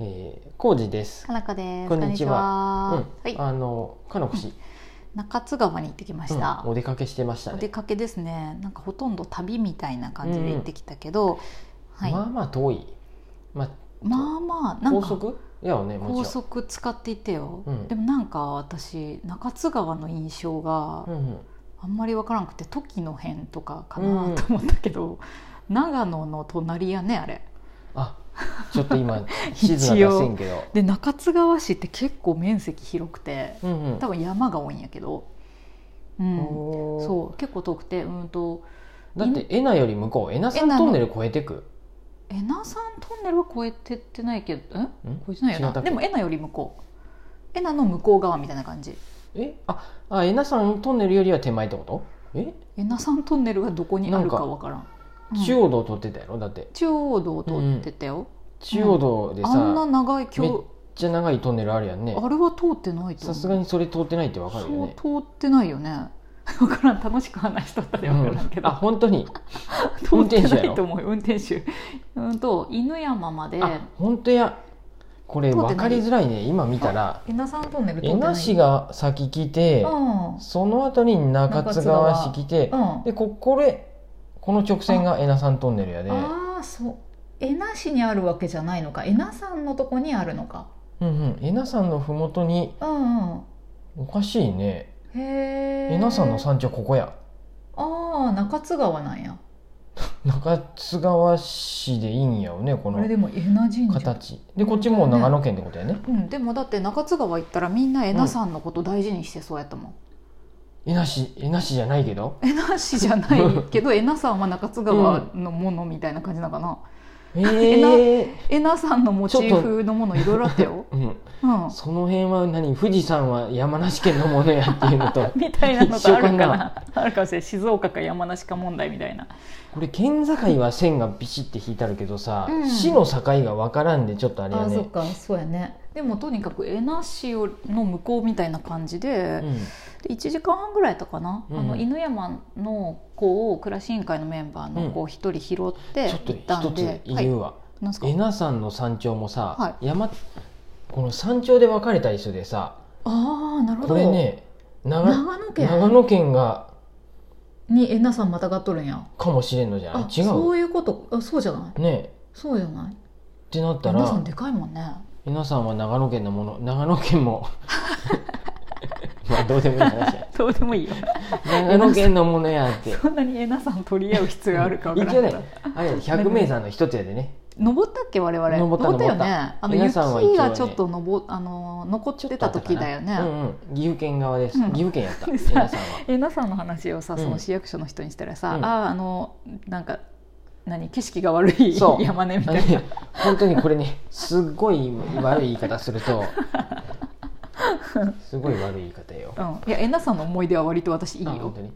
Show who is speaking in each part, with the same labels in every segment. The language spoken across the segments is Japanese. Speaker 1: えー、康二です。
Speaker 2: かなかです。
Speaker 1: こんにちは
Speaker 2: こ
Speaker 1: うんん
Speaker 2: にちはは
Speaker 1: あ
Speaker 2: い、
Speaker 1: のかのこし、
Speaker 2: 中津川に行ってきまし
Speaker 1: うん
Speaker 2: た。
Speaker 1: お出かけしてました
Speaker 2: お出
Speaker 1: ね。
Speaker 2: かけですね。なんかほとんど旅みたいな感じで行ってきたけど、はい、
Speaker 1: まあまあ遠い。まあ
Speaker 2: まあまあなん
Speaker 1: 高
Speaker 2: か
Speaker 1: 速いやよねも
Speaker 2: 高
Speaker 1: ちろん。
Speaker 2: 速使っていてよ。
Speaker 1: うん
Speaker 2: でもなんか私中津川の印象が
Speaker 1: うんうん、
Speaker 2: あんまりわからなくて、時の辺とかか
Speaker 1: う
Speaker 2: なんと思ったけど、長野の隣やねあれ。
Speaker 1: あちょっと 今地図は出せんけど。
Speaker 2: で中津川市って結構面積広くて、
Speaker 1: うんうん。
Speaker 2: 多分山が多いんやけど、うん。
Speaker 1: おー
Speaker 2: そう結構遠くてうんと
Speaker 1: だってエナより向こうエナさんトンネル越えてく。
Speaker 2: エナさんトンネルは越えてってないけどえ
Speaker 1: ん
Speaker 2: 越えてないよ
Speaker 1: 違った
Speaker 2: な
Speaker 1: っけ
Speaker 2: でもエナより向こうエナの向こう側みたいな感じ
Speaker 1: えああエナさんトンネルよりは手前ってこと？え、
Speaker 2: エナさんトンネルがどこにあるか
Speaker 1: なんか
Speaker 2: わからん
Speaker 1: 中
Speaker 2: 央
Speaker 1: 央道通ってたやろだって
Speaker 2: 中央道を通ってたよ、
Speaker 1: 中央道でさ、
Speaker 2: あんな
Speaker 1: めっ
Speaker 2: 長い橋
Speaker 1: ちゃ長いトンネルあるやんね。
Speaker 2: あれは通ってないと思
Speaker 1: さ
Speaker 2: う
Speaker 1: すがにそれ通ってないってわかるよね。
Speaker 2: そう通ってないよね 分からん楽しく話しとったで分からんけ
Speaker 1: うんあ
Speaker 2: ど、
Speaker 1: 本当に
Speaker 2: 通って
Speaker 1: 運転手や
Speaker 2: な
Speaker 1: ろ
Speaker 2: いと思うよ運転手 うんと犬山まで
Speaker 1: あ本当やこれ
Speaker 2: 通ってない
Speaker 1: 分かりづらいね今見たら
Speaker 2: エナさんトンネル通っ
Speaker 1: 江
Speaker 2: てない
Speaker 1: 那市が先来て
Speaker 2: うん
Speaker 1: その後に中津川市来て
Speaker 2: うん
Speaker 1: でここれこの直線が江那山トンネルやで
Speaker 2: ああそう江那市にあるわけじゃないのか江那山のとこにあるのか
Speaker 1: うんうん江那山のふもとに
Speaker 2: うんうん
Speaker 1: おかしいね
Speaker 2: へえ
Speaker 1: 江那山の山頂ここや
Speaker 2: ああ中津川なんや
Speaker 1: 中津川市でいいんやよねこ
Speaker 2: これ
Speaker 1: の
Speaker 2: でも江那神社
Speaker 1: 形でこっちもう長野県ってことやね
Speaker 2: うんでもだって中津川行ったらみんな江那山のこと大事にしてそうやったもん、
Speaker 1: 江那市江那市じゃないけど
Speaker 2: 江那市じゃないけど江那山は中津川のものみたいな感じなのかな、
Speaker 1: ええ
Speaker 2: 江那山のモチ
Speaker 1: ちょ
Speaker 2: ー
Speaker 1: っと、
Speaker 2: フのものいろいろあったよ
Speaker 1: うん
Speaker 2: うん、
Speaker 1: その辺は何富士山は山梨県のものやっていうのと
Speaker 2: みたいなのがあるか
Speaker 1: 一緒か
Speaker 2: なあるかもしれない静岡か山梨か問題みたいな
Speaker 1: これ県境は線がビシッて引いてあるけどさ、
Speaker 2: うん
Speaker 1: 市の境が分からんでちょっとあれや
Speaker 2: あそ
Speaker 1: ね、
Speaker 2: っかそうやねでもとにかく江那市の向こうみたいな感じで,、
Speaker 1: うん、
Speaker 2: で1時間半ぐらいやったかな、
Speaker 1: うん
Speaker 2: あの犬山の子を暮らし委員会のメンバーの子を一人拾って
Speaker 1: ちょっ
Speaker 2: 行った
Speaker 1: と一
Speaker 2: んで
Speaker 1: つ、
Speaker 2: は
Speaker 1: 言
Speaker 2: いう
Speaker 1: わ、
Speaker 2: なんすか
Speaker 1: 恵那山の山頂もさ、
Speaker 2: は
Speaker 1: 山この山頂で分かれたりするでさ
Speaker 2: ああなるほど
Speaker 1: これね長
Speaker 2: 長野県
Speaker 1: 長野県が
Speaker 2: に江那さんまたがっとるんや
Speaker 1: かもしれんのじゃない
Speaker 2: あ
Speaker 1: 違
Speaker 2: そうういうことあそうじゃない
Speaker 1: ねえ
Speaker 2: そうじゃない
Speaker 1: ってなっ
Speaker 2: 江
Speaker 1: た
Speaker 2: 那さん
Speaker 1: ら
Speaker 2: でかいもんね
Speaker 1: 恵那山は長野県のもの長野県 もまあどうでもいい話や
Speaker 2: どうでもいいよ
Speaker 1: 長野県のものやって
Speaker 2: そんなに江那さん取り合う必要あるか分か
Speaker 1: 一
Speaker 2: ら
Speaker 1: 応
Speaker 2: んけ
Speaker 1: ね
Speaker 2: ど
Speaker 1: あれ百名山の一つやでね
Speaker 2: 登ったっけ我々
Speaker 1: 登った
Speaker 2: 登ったよねあの
Speaker 1: 皆
Speaker 2: 雪
Speaker 1: さんは一応ね
Speaker 2: がちょっと登あの残ってた時だよ
Speaker 1: ちょっとあったか
Speaker 2: ね
Speaker 1: なうんうん、岐阜県側です、
Speaker 2: うん
Speaker 1: 岐阜県やった
Speaker 2: で
Speaker 1: 皆
Speaker 2: さ
Speaker 1: さんは
Speaker 2: えなさんの話をさ
Speaker 1: うん
Speaker 2: その市役所の人にしたらさ、
Speaker 1: うん
Speaker 2: あああのなんか何景色が悪い
Speaker 1: そう
Speaker 2: 山根み
Speaker 1: あ
Speaker 2: た
Speaker 1: の
Speaker 2: いな
Speaker 1: ね 本当にこれねすっごい悪い言い方する とすごい悪い言い方よ、
Speaker 2: うん、いやえなさんの思い出は割と私いい
Speaker 1: あ
Speaker 2: よ
Speaker 1: 本当に、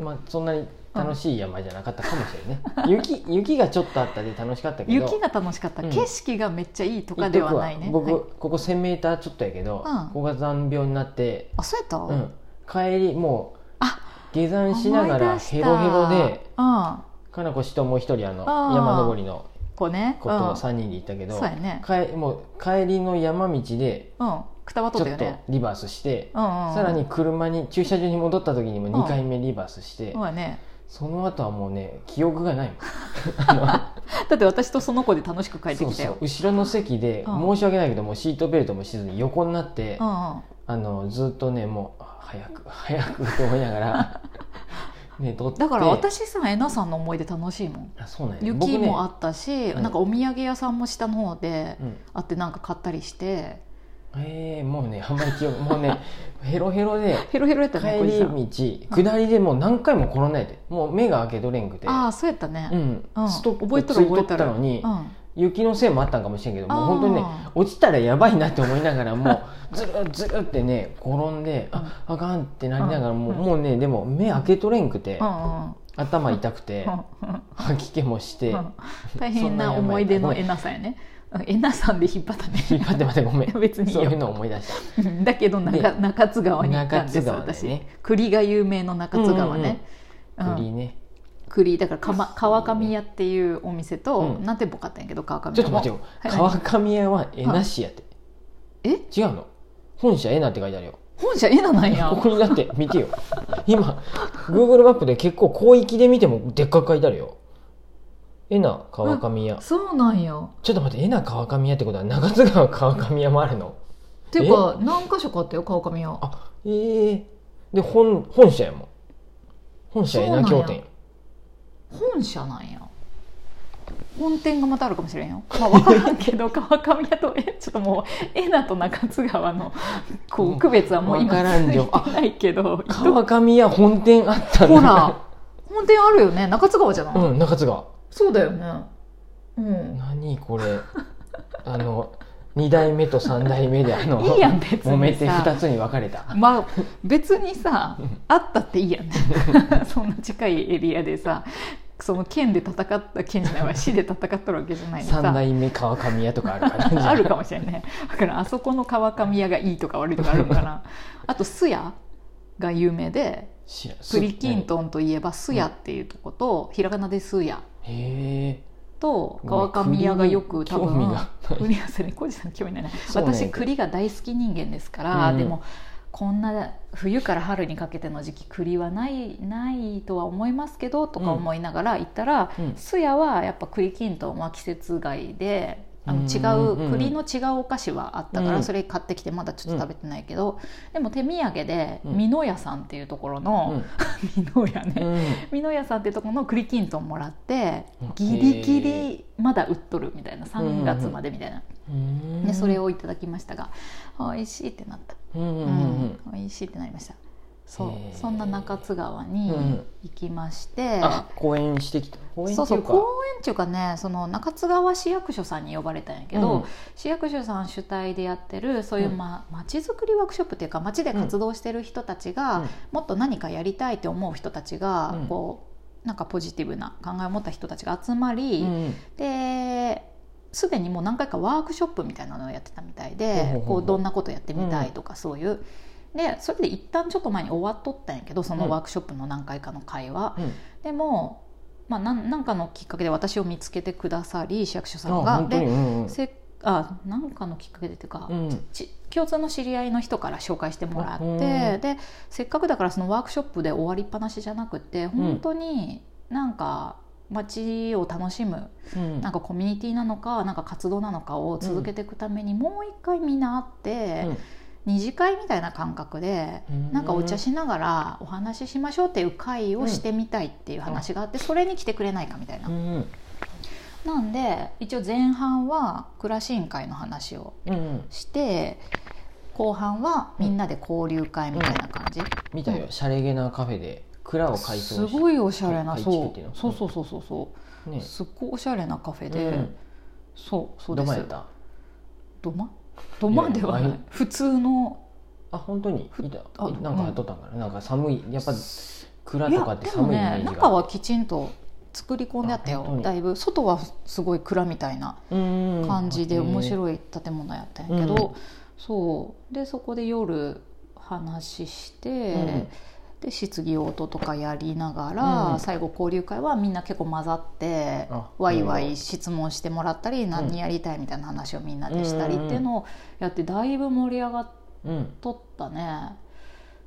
Speaker 2: うん、
Speaker 1: まあ、そんなに楽しい山じゃなかったかもしれないね雪雪がちょっとあったで楽しかったけど
Speaker 2: 雪が楽しかった、
Speaker 1: うん
Speaker 2: 景色がめっちゃいいと
Speaker 1: 言
Speaker 2: か
Speaker 1: っ
Speaker 2: で
Speaker 1: とくわ
Speaker 2: はないね
Speaker 1: 僕、
Speaker 2: はい
Speaker 1: ここ 1000m ちょっとやけど、
Speaker 2: うん
Speaker 1: ここが残病になって、
Speaker 2: あそうやった、
Speaker 1: うん、帰りも
Speaker 2: あ
Speaker 1: う下山しながらヘロヘロ
Speaker 2: 思い出
Speaker 1: で
Speaker 2: したうん
Speaker 1: かなこしともう一人あの
Speaker 2: あー
Speaker 1: 山登りの
Speaker 2: こうね
Speaker 1: ことを3人で行ったけ
Speaker 2: うん、
Speaker 1: ど、
Speaker 2: そうやね
Speaker 1: かえもう帰りの山道で
Speaker 2: うんくたばっ
Speaker 1: ち
Speaker 2: と
Speaker 1: ょ
Speaker 2: った
Speaker 1: っ
Speaker 2: よ
Speaker 1: と
Speaker 2: ね
Speaker 1: リバースして、
Speaker 2: うんうん
Speaker 1: さらに車に駐車場に戻った時にも
Speaker 2: ん
Speaker 1: 2回目リバースして、
Speaker 2: そうやね
Speaker 1: その後はもうね記憶がないもん
Speaker 2: だって私とその子で楽しく帰って
Speaker 1: そう
Speaker 2: きた
Speaker 1: そう
Speaker 2: よ
Speaker 1: 後ろの席で、
Speaker 2: うん
Speaker 1: 申し訳ないけどもうシートベルトもしずに横になって、
Speaker 2: うんうん
Speaker 1: あのずっとねもうあ早く 早くと思いなが らね撮って
Speaker 2: だから私さえなさんの思い出楽しいもん
Speaker 1: あそうなんや
Speaker 2: 雪もあ
Speaker 1: て、
Speaker 2: ったし、
Speaker 1: うん
Speaker 2: なんかお土産屋さんも下の方で
Speaker 1: うん
Speaker 2: あってなんか買ったりして
Speaker 1: えー、もうねあんまり記憶もうねヘロヘロで
Speaker 2: ヘロヘロやったね
Speaker 1: 帰り
Speaker 2: こい
Speaker 1: 道下りでもう何回も転んないでもう目が開けとれんくて
Speaker 2: つはああそうやったね、
Speaker 1: うん
Speaker 2: うん
Speaker 1: ストッ
Speaker 2: 覚え
Speaker 1: プ
Speaker 2: と
Speaker 1: つ
Speaker 2: る
Speaker 1: いとったのに、
Speaker 2: うん
Speaker 1: 雪のせいもあったんかもしれんけどもう
Speaker 2: あー
Speaker 1: 本当にね落ちたらやばいなって思いながらも うずるずるってね転んでああかんってなりながらもう,、
Speaker 2: うん
Speaker 1: もうねでも目開けとれんくて、
Speaker 2: うんうん
Speaker 1: 頭痛くて、
Speaker 2: う
Speaker 1: 吐き気もして、
Speaker 2: んうん大変な思い出のえなさんやねうんえなさんで引っ張った
Speaker 1: 引 っ張って
Speaker 2: ね
Speaker 1: までごめん
Speaker 2: 別にいい
Speaker 1: そう
Speaker 2: よ
Speaker 1: いうの思い出した
Speaker 2: うんだけど中
Speaker 1: で
Speaker 2: 中津川に行ったんです、
Speaker 1: 中津川で
Speaker 2: 私
Speaker 1: ね
Speaker 2: 栗が有名の中津川ね、うん
Speaker 1: 栗ね、
Speaker 2: 栗だからか、ま、川上屋っていうお店と、
Speaker 1: うん
Speaker 2: 何店舗かあったんやけど川上屋も
Speaker 1: ちょっと待ってよ
Speaker 2: はい
Speaker 1: 川上屋は江なしやって
Speaker 2: え
Speaker 1: 違うの本社江なって書いてあるよ
Speaker 2: 本社えななんや
Speaker 1: ここにだって見てよ今 Google マップで結構広域で見てもでっかく書いてあるよえな川上屋
Speaker 2: そうなんや
Speaker 1: ちょっと待ってえな川上屋ってことは長津川川上屋もあるの
Speaker 2: ていうか何箇所かあったよ川上屋
Speaker 1: あええで本本社やもん本社えな
Speaker 2: そう
Speaker 1: 協
Speaker 2: なんや
Speaker 1: 店
Speaker 2: 本社なんや本店がまたあるかもしれんよ、まあ、分からん けど川上屋とえちょっともうえなと中津川のこ
Speaker 1: うん
Speaker 2: う区別はもう今
Speaker 1: わからんよ
Speaker 2: ついてないけど
Speaker 1: 川上屋本店あったん
Speaker 2: ほ
Speaker 1: だ
Speaker 2: ら本店あるよね中津川じゃない、
Speaker 1: うん中津川
Speaker 2: そうだよねうん
Speaker 1: 何これあの2代目と3代目であの
Speaker 2: いいやん別にさ
Speaker 1: 揉めて2つに分かれた
Speaker 2: まあ別にさ
Speaker 1: うん
Speaker 2: あったっていいやんそん な近いエリアでさその県で戦った県じゃないわ市で戦っとるわけじゃないのさ
Speaker 1: 3代目川上屋とかあるから
Speaker 2: あるかもしれないだからあそこの川上屋がいいとか悪いとかあるのかなあと酢屋が有名で
Speaker 1: しら
Speaker 2: プリキントンといえば酢屋っていうとこと、ひらがなで酢屋
Speaker 1: へえ
Speaker 2: と川上屋がよく多
Speaker 1: ごめん
Speaker 2: 分
Speaker 1: 栗
Speaker 2: 栗屋さんに小路さん興味ないな
Speaker 1: そうなんやけ
Speaker 2: 私
Speaker 1: ど
Speaker 2: 栗が大好き人間ですから、
Speaker 1: うん
Speaker 2: でもこんな冬から春にかけての時期栗はないないとは思いますけどとか思いながら行ったら、
Speaker 1: うん
Speaker 2: すやはやっぱ栗きんとんは季節外であの
Speaker 1: うん
Speaker 2: 違
Speaker 1: うんうんう
Speaker 2: うん栗の違うお菓子はあったか
Speaker 1: う
Speaker 2: ら
Speaker 1: ん
Speaker 2: それ買ってきてまだちょっと食べてないけど、でも手土産で
Speaker 1: うん
Speaker 2: 美濃屋さんっていうところ
Speaker 1: う
Speaker 2: の
Speaker 1: ん
Speaker 2: 美濃屋ね、
Speaker 1: うん
Speaker 2: 美濃屋さんってとこの栗きんとんもらって
Speaker 1: うん
Speaker 2: ギリギリまだ売っとるみたいな3月までみたいな、
Speaker 1: うん
Speaker 2: でそれをいただきましたが美味しいってなった、
Speaker 1: うんうん
Speaker 2: う
Speaker 1: うんん
Speaker 2: 美味しいってなりましたそ
Speaker 1: へ
Speaker 2: う
Speaker 1: ー
Speaker 2: そんな中津川に行きまして、
Speaker 1: あ公演してきた公演
Speaker 2: そ
Speaker 1: っ
Speaker 2: う
Speaker 1: て
Speaker 2: そ
Speaker 1: いううか
Speaker 2: 公園っていうかねその中津川市役所さんに呼ばれたんやけど、
Speaker 1: うん
Speaker 2: 市役所さん主体でやってるそういう
Speaker 1: うん
Speaker 2: まち、づくりワークショップっていうか町で活動してる人たちが、
Speaker 1: うん
Speaker 2: もっと何かやりたいって思う人たちが、
Speaker 1: うん
Speaker 2: こうなんかポジティブな考えを持った人たちが集まり、
Speaker 1: うん
Speaker 2: ですでにもう何回かワークショップみたいなのをやってたみたい
Speaker 1: ほうほうほ
Speaker 2: で
Speaker 1: う
Speaker 2: こうどんなことやってみたいとかそういう。でそれで一旦ちょっと前に終わっとったんやけどそのワークショップの何回かの会話、
Speaker 1: うん
Speaker 2: でも、まあ、なんなんかのきっかけで私を見つけてくださり市役所さ
Speaker 1: あ
Speaker 2: んが
Speaker 1: 本当に
Speaker 2: で
Speaker 1: うんうん
Speaker 2: せあなんかのきっかけでっていうか、
Speaker 1: うん
Speaker 2: ち共通の知り合いの人から紹介してもらって、
Speaker 1: あうん
Speaker 2: でせっかくだからそのワークショップで終わりっぱなしじゃなくて本当になんか街を楽しむ
Speaker 1: うん
Speaker 2: なんかコミュニティなのかなんか活動なのかを続けていくためにもう一回みんな会って、二次会みたいな感覚で
Speaker 1: う。ん
Speaker 2: なんかお茶しながらお話ししましょうっていう会をしてみたいっていう話があってそれに来てくれないかみたいな
Speaker 1: う。んうん
Speaker 2: なんで一応前半は暮らし委員会の話を
Speaker 1: うん
Speaker 2: して後半はみんなで交流会みたいな感じ、
Speaker 1: 見たよシャレげなカフェで蔵を改
Speaker 2: す
Speaker 1: 装して
Speaker 2: ごいおしゃれな
Speaker 1: 改
Speaker 2: そ
Speaker 1: 築っ
Speaker 2: う
Speaker 1: ていうの
Speaker 2: そうそうそうそうそ
Speaker 1: ね
Speaker 2: うすっごいおしゃれなカフェで、
Speaker 1: うん
Speaker 2: そうそうで
Speaker 1: ど
Speaker 2: す
Speaker 1: まやった
Speaker 2: どまどまではい
Speaker 1: や
Speaker 2: ない
Speaker 1: や
Speaker 2: い普通の
Speaker 1: あ本当に
Speaker 2: ふ
Speaker 1: いた
Speaker 2: あ
Speaker 1: えなんか
Speaker 2: うん
Speaker 1: やっとったんかな、なんか寒いやっぱ蔵
Speaker 2: い
Speaker 1: とか
Speaker 2: や
Speaker 1: って
Speaker 2: でも
Speaker 1: 寒いイメー
Speaker 2: ね
Speaker 1: ジが
Speaker 2: 中はきちんと作り込んであった
Speaker 1: あ
Speaker 2: よ
Speaker 1: 本当
Speaker 2: だいぶ外はすごい蔵みたいな感
Speaker 1: 感
Speaker 2: じで面
Speaker 1: い
Speaker 2: 白い建物やったんやけど、
Speaker 1: うん
Speaker 2: そうでそこで夜話して、
Speaker 1: うん
Speaker 2: で質疑応答とかやりながら、
Speaker 1: うん
Speaker 2: 最後交流会はみんな結構混ざって
Speaker 1: あ
Speaker 2: ワイワイ質問してもらったり、何やりたいみたいな話をみんなでしたりっていうのをやってだいぶ盛り上がっ
Speaker 1: うん
Speaker 2: とったね。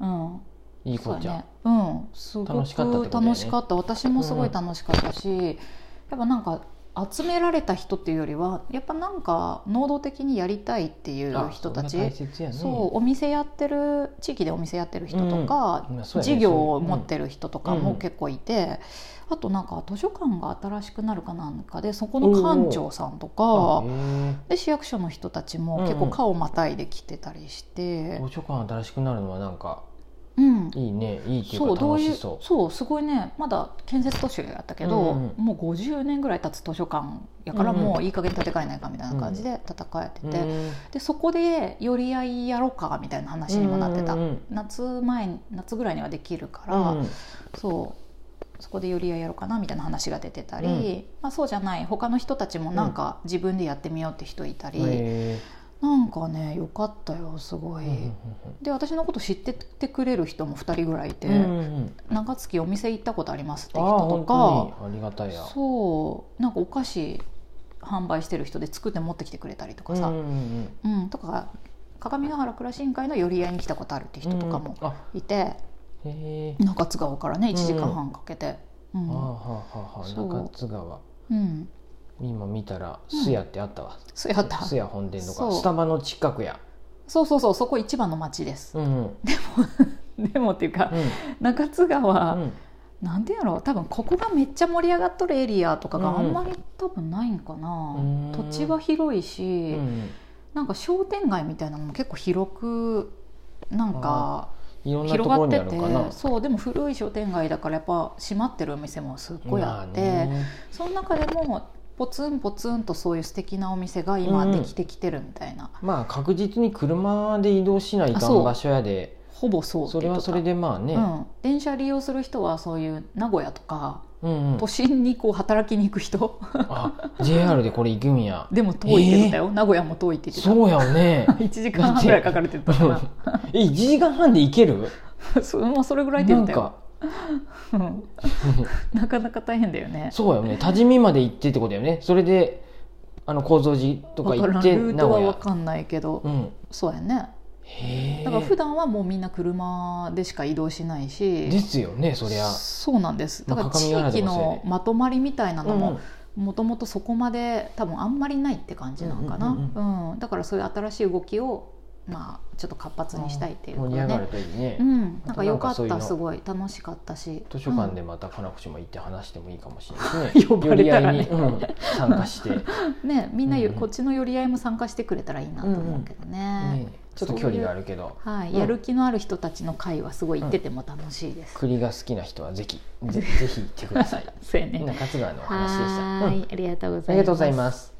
Speaker 2: うん、
Speaker 1: いい子ちゃん、
Speaker 2: そうやねうん、すごく
Speaker 1: 楽しかったってことだよね
Speaker 2: 楽しかった私もすごい楽しかったし、やっぱなんか集められた人っていうよりはやっぱなんか能動的にやりたいっていう
Speaker 1: あ
Speaker 2: 人たち
Speaker 1: それが大切やね
Speaker 2: そうお店やってる地域でお店やってる人とか、
Speaker 1: うんまあそうやね
Speaker 2: 事業を持ってる人とか
Speaker 1: うん
Speaker 2: も結構いて、あとなんか図書館が新しくなるかなんかでそこの館長さんと
Speaker 1: あ
Speaker 2: か
Speaker 1: へ
Speaker 2: で市役所の人たちも結構顔をまたいで来てたりし
Speaker 1: え
Speaker 2: て
Speaker 1: 図、書館新しくなるのはなんか
Speaker 2: うん、
Speaker 1: いいねいいっていう
Speaker 2: そう
Speaker 1: か
Speaker 2: ど
Speaker 1: 楽
Speaker 2: うい
Speaker 1: し
Speaker 2: う
Speaker 1: そう
Speaker 2: そうすごいねまだ建設途中やったけ
Speaker 1: う
Speaker 2: ど、
Speaker 1: んう
Speaker 2: もう50年ぐらい経つ図書館やか
Speaker 1: う
Speaker 2: ら、
Speaker 1: んうん
Speaker 2: もういい加減建て替えないかみたいな感じで戦えてて、
Speaker 1: うん
Speaker 2: でそこで寄り合いやろうかみたいな話にもなってた、
Speaker 1: うんうん
Speaker 2: 夏前夏ぐらいにはできるから、
Speaker 1: うん
Speaker 2: そうそこで寄り合いやろうかなみたいな話が出てたり、
Speaker 1: うん
Speaker 2: まあ、そうじゃない他の人たちもなんか自分でやってみようって人いたり、
Speaker 1: へえ
Speaker 2: なんかねよかったよすごい、
Speaker 1: うんうんうん
Speaker 2: で私のこと知っててくれる人も2人ぐらいいて、
Speaker 1: うんうんうん
Speaker 2: 長月お店行ったことありますって
Speaker 1: あ
Speaker 2: 人
Speaker 1: あ
Speaker 2: と
Speaker 1: 本
Speaker 2: か
Speaker 1: 当にありがたいや
Speaker 2: そうなんかお菓子販売してる人で作って持ってきてくれたりとかさ、
Speaker 1: う
Speaker 2: うん
Speaker 1: んうんうん
Speaker 2: とか鏡ヶ原暮らし委員会の寄り合いに来たことあるって人とかも
Speaker 1: うんあ
Speaker 2: いて、
Speaker 1: へえ
Speaker 2: 中津川からね1時間半かけて、う
Speaker 1: ああは
Speaker 2: ん
Speaker 1: あはあはあ
Speaker 2: そう
Speaker 1: 中津川
Speaker 2: うん、
Speaker 1: 今見たら
Speaker 2: うん
Speaker 1: すやってあったわ
Speaker 2: そうやった
Speaker 1: すや本店と
Speaker 2: そ
Speaker 1: か
Speaker 2: う
Speaker 1: スタバの近くや
Speaker 2: そうそうそうそこ一番の町です、
Speaker 1: うんうん
Speaker 2: でもっていうか
Speaker 1: うん
Speaker 2: 中津川、
Speaker 1: うん
Speaker 2: なんでやろう多分ここがめっちゃ盛り上がっとるエリアとか
Speaker 1: うん
Speaker 2: があんまり多分ないんかな、
Speaker 1: うん
Speaker 2: 土地は広いし、
Speaker 1: うん
Speaker 2: なんか商店街みたいなのも結構広くなんか
Speaker 1: いろんなとこ
Speaker 2: 広が
Speaker 1: ろ
Speaker 2: っ
Speaker 1: に
Speaker 2: て
Speaker 1: ある
Speaker 2: て
Speaker 1: のかな
Speaker 2: そうでも古い商店街だからやっぱ閉まってるお店もすっごいあって、
Speaker 1: まね
Speaker 2: その中でもポツンポツンとそういう素敵なお店が今できてきてるみたいな、
Speaker 1: まあ確実に車で移動しないか
Speaker 2: あそ
Speaker 1: ん
Speaker 2: う
Speaker 1: 場所やで
Speaker 2: ほぼそうって
Speaker 1: それ
Speaker 2: 言っ
Speaker 1: は
Speaker 2: とった
Speaker 1: それでまあね、
Speaker 2: うん、電車利用する人はそういう名古屋とか
Speaker 1: うんうん
Speaker 2: 都心にこう働きに行く人
Speaker 1: あ JR でこれ行くんや
Speaker 2: でも遠いって言ってたよ、名古屋も遠いって言ってた
Speaker 1: そうやんね
Speaker 2: 1時間半ぐらいかかるって言ってたか
Speaker 1: え1時間半で行ける
Speaker 2: らそう まあそれぐらいって
Speaker 1: な
Speaker 2: 言っ
Speaker 1: ん
Speaker 2: てたよ
Speaker 1: か
Speaker 2: な なかなか大変だよね
Speaker 1: そうやよね多治見まで行ってってことやよねそれであの構造寺とか
Speaker 2: わ
Speaker 1: 行
Speaker 2: か
Speaker 1: っ
Speaker 2: らん
Speaker 1: て
Speaker 2: ルー
Speaker 1: 名
Speaker 2: トは
Speaker 1: 古
Speaker 2: 分
Speaker 1: 屋
Speaker 2: かんないけど、
Speaker 1: うん
Speaker 2: そうやね
Speaker 1: へえ
Speaker 2: だから普段はもうみんな車でしか移動しないし
Speaker 1: ですよねそりゃ
Speaker 2: そうなんですだ
Speaker 1: まあ
Speaker 2: から地
Speaker 1: 各務原で
Speaker 2: 域
Speaker 1: もそうやね
Speaker 2: のまとまりみたいなの
Speaker 1: うん
Speaker 2: も
Speaker 1: うん
Speaker 2: もともとそこまで多分あんまりないって感じなんか
Speaker 1: う
Speaker 2: な、うんん
Speaker 1: う
Speaker 2: だからそういう新しい動きを、まあ、ちょっと活発にしたいっていうか
Speaker 1: 盛り上がる
Speaker 2: ね
Speaker 1: といいね、
Speaker 2: うん、
Speaker 1: あ
Speaker 2: なん
Speaker 1: と
Speaker 2: か
Speaker 1: なん
Speaker 2: 良
Speaker 1: か
Speaker 2: かっ
Speaker 1: そういうの
Speaker 2: たすごい楽しかったし
Speaker 1: 図書館で
Speaker 2: も、
Speaker 1: また金口も行って話してもいいかもしれないですね
Speaker 2: 呼ばれたらね
Speaker 1: 寄り合いにうん参加して、ね、
Speaker 2: うんねみんなよ
Speaker 1: うんうん
Speaker 2: こっちの寄り合いも参加してくれたらいいなと思うけどね,、
Speaker 1: ちょっと距離があるけど
Speaker 2: はい、
Speaker 1: うん
Speaker 2: やる気のある人たちの会はすごい行ってても楽しいです、
Speaker 1: 栗が好きな人はぜひぜぜひ行ってください
Speaker 2: そうやね
Speaker 1: 中津川のお話でした、
Speaker 2: は
Speaker 1: うん
Speaker 2: ーい、ありがとうございます
Speaker 1: ありがとうございます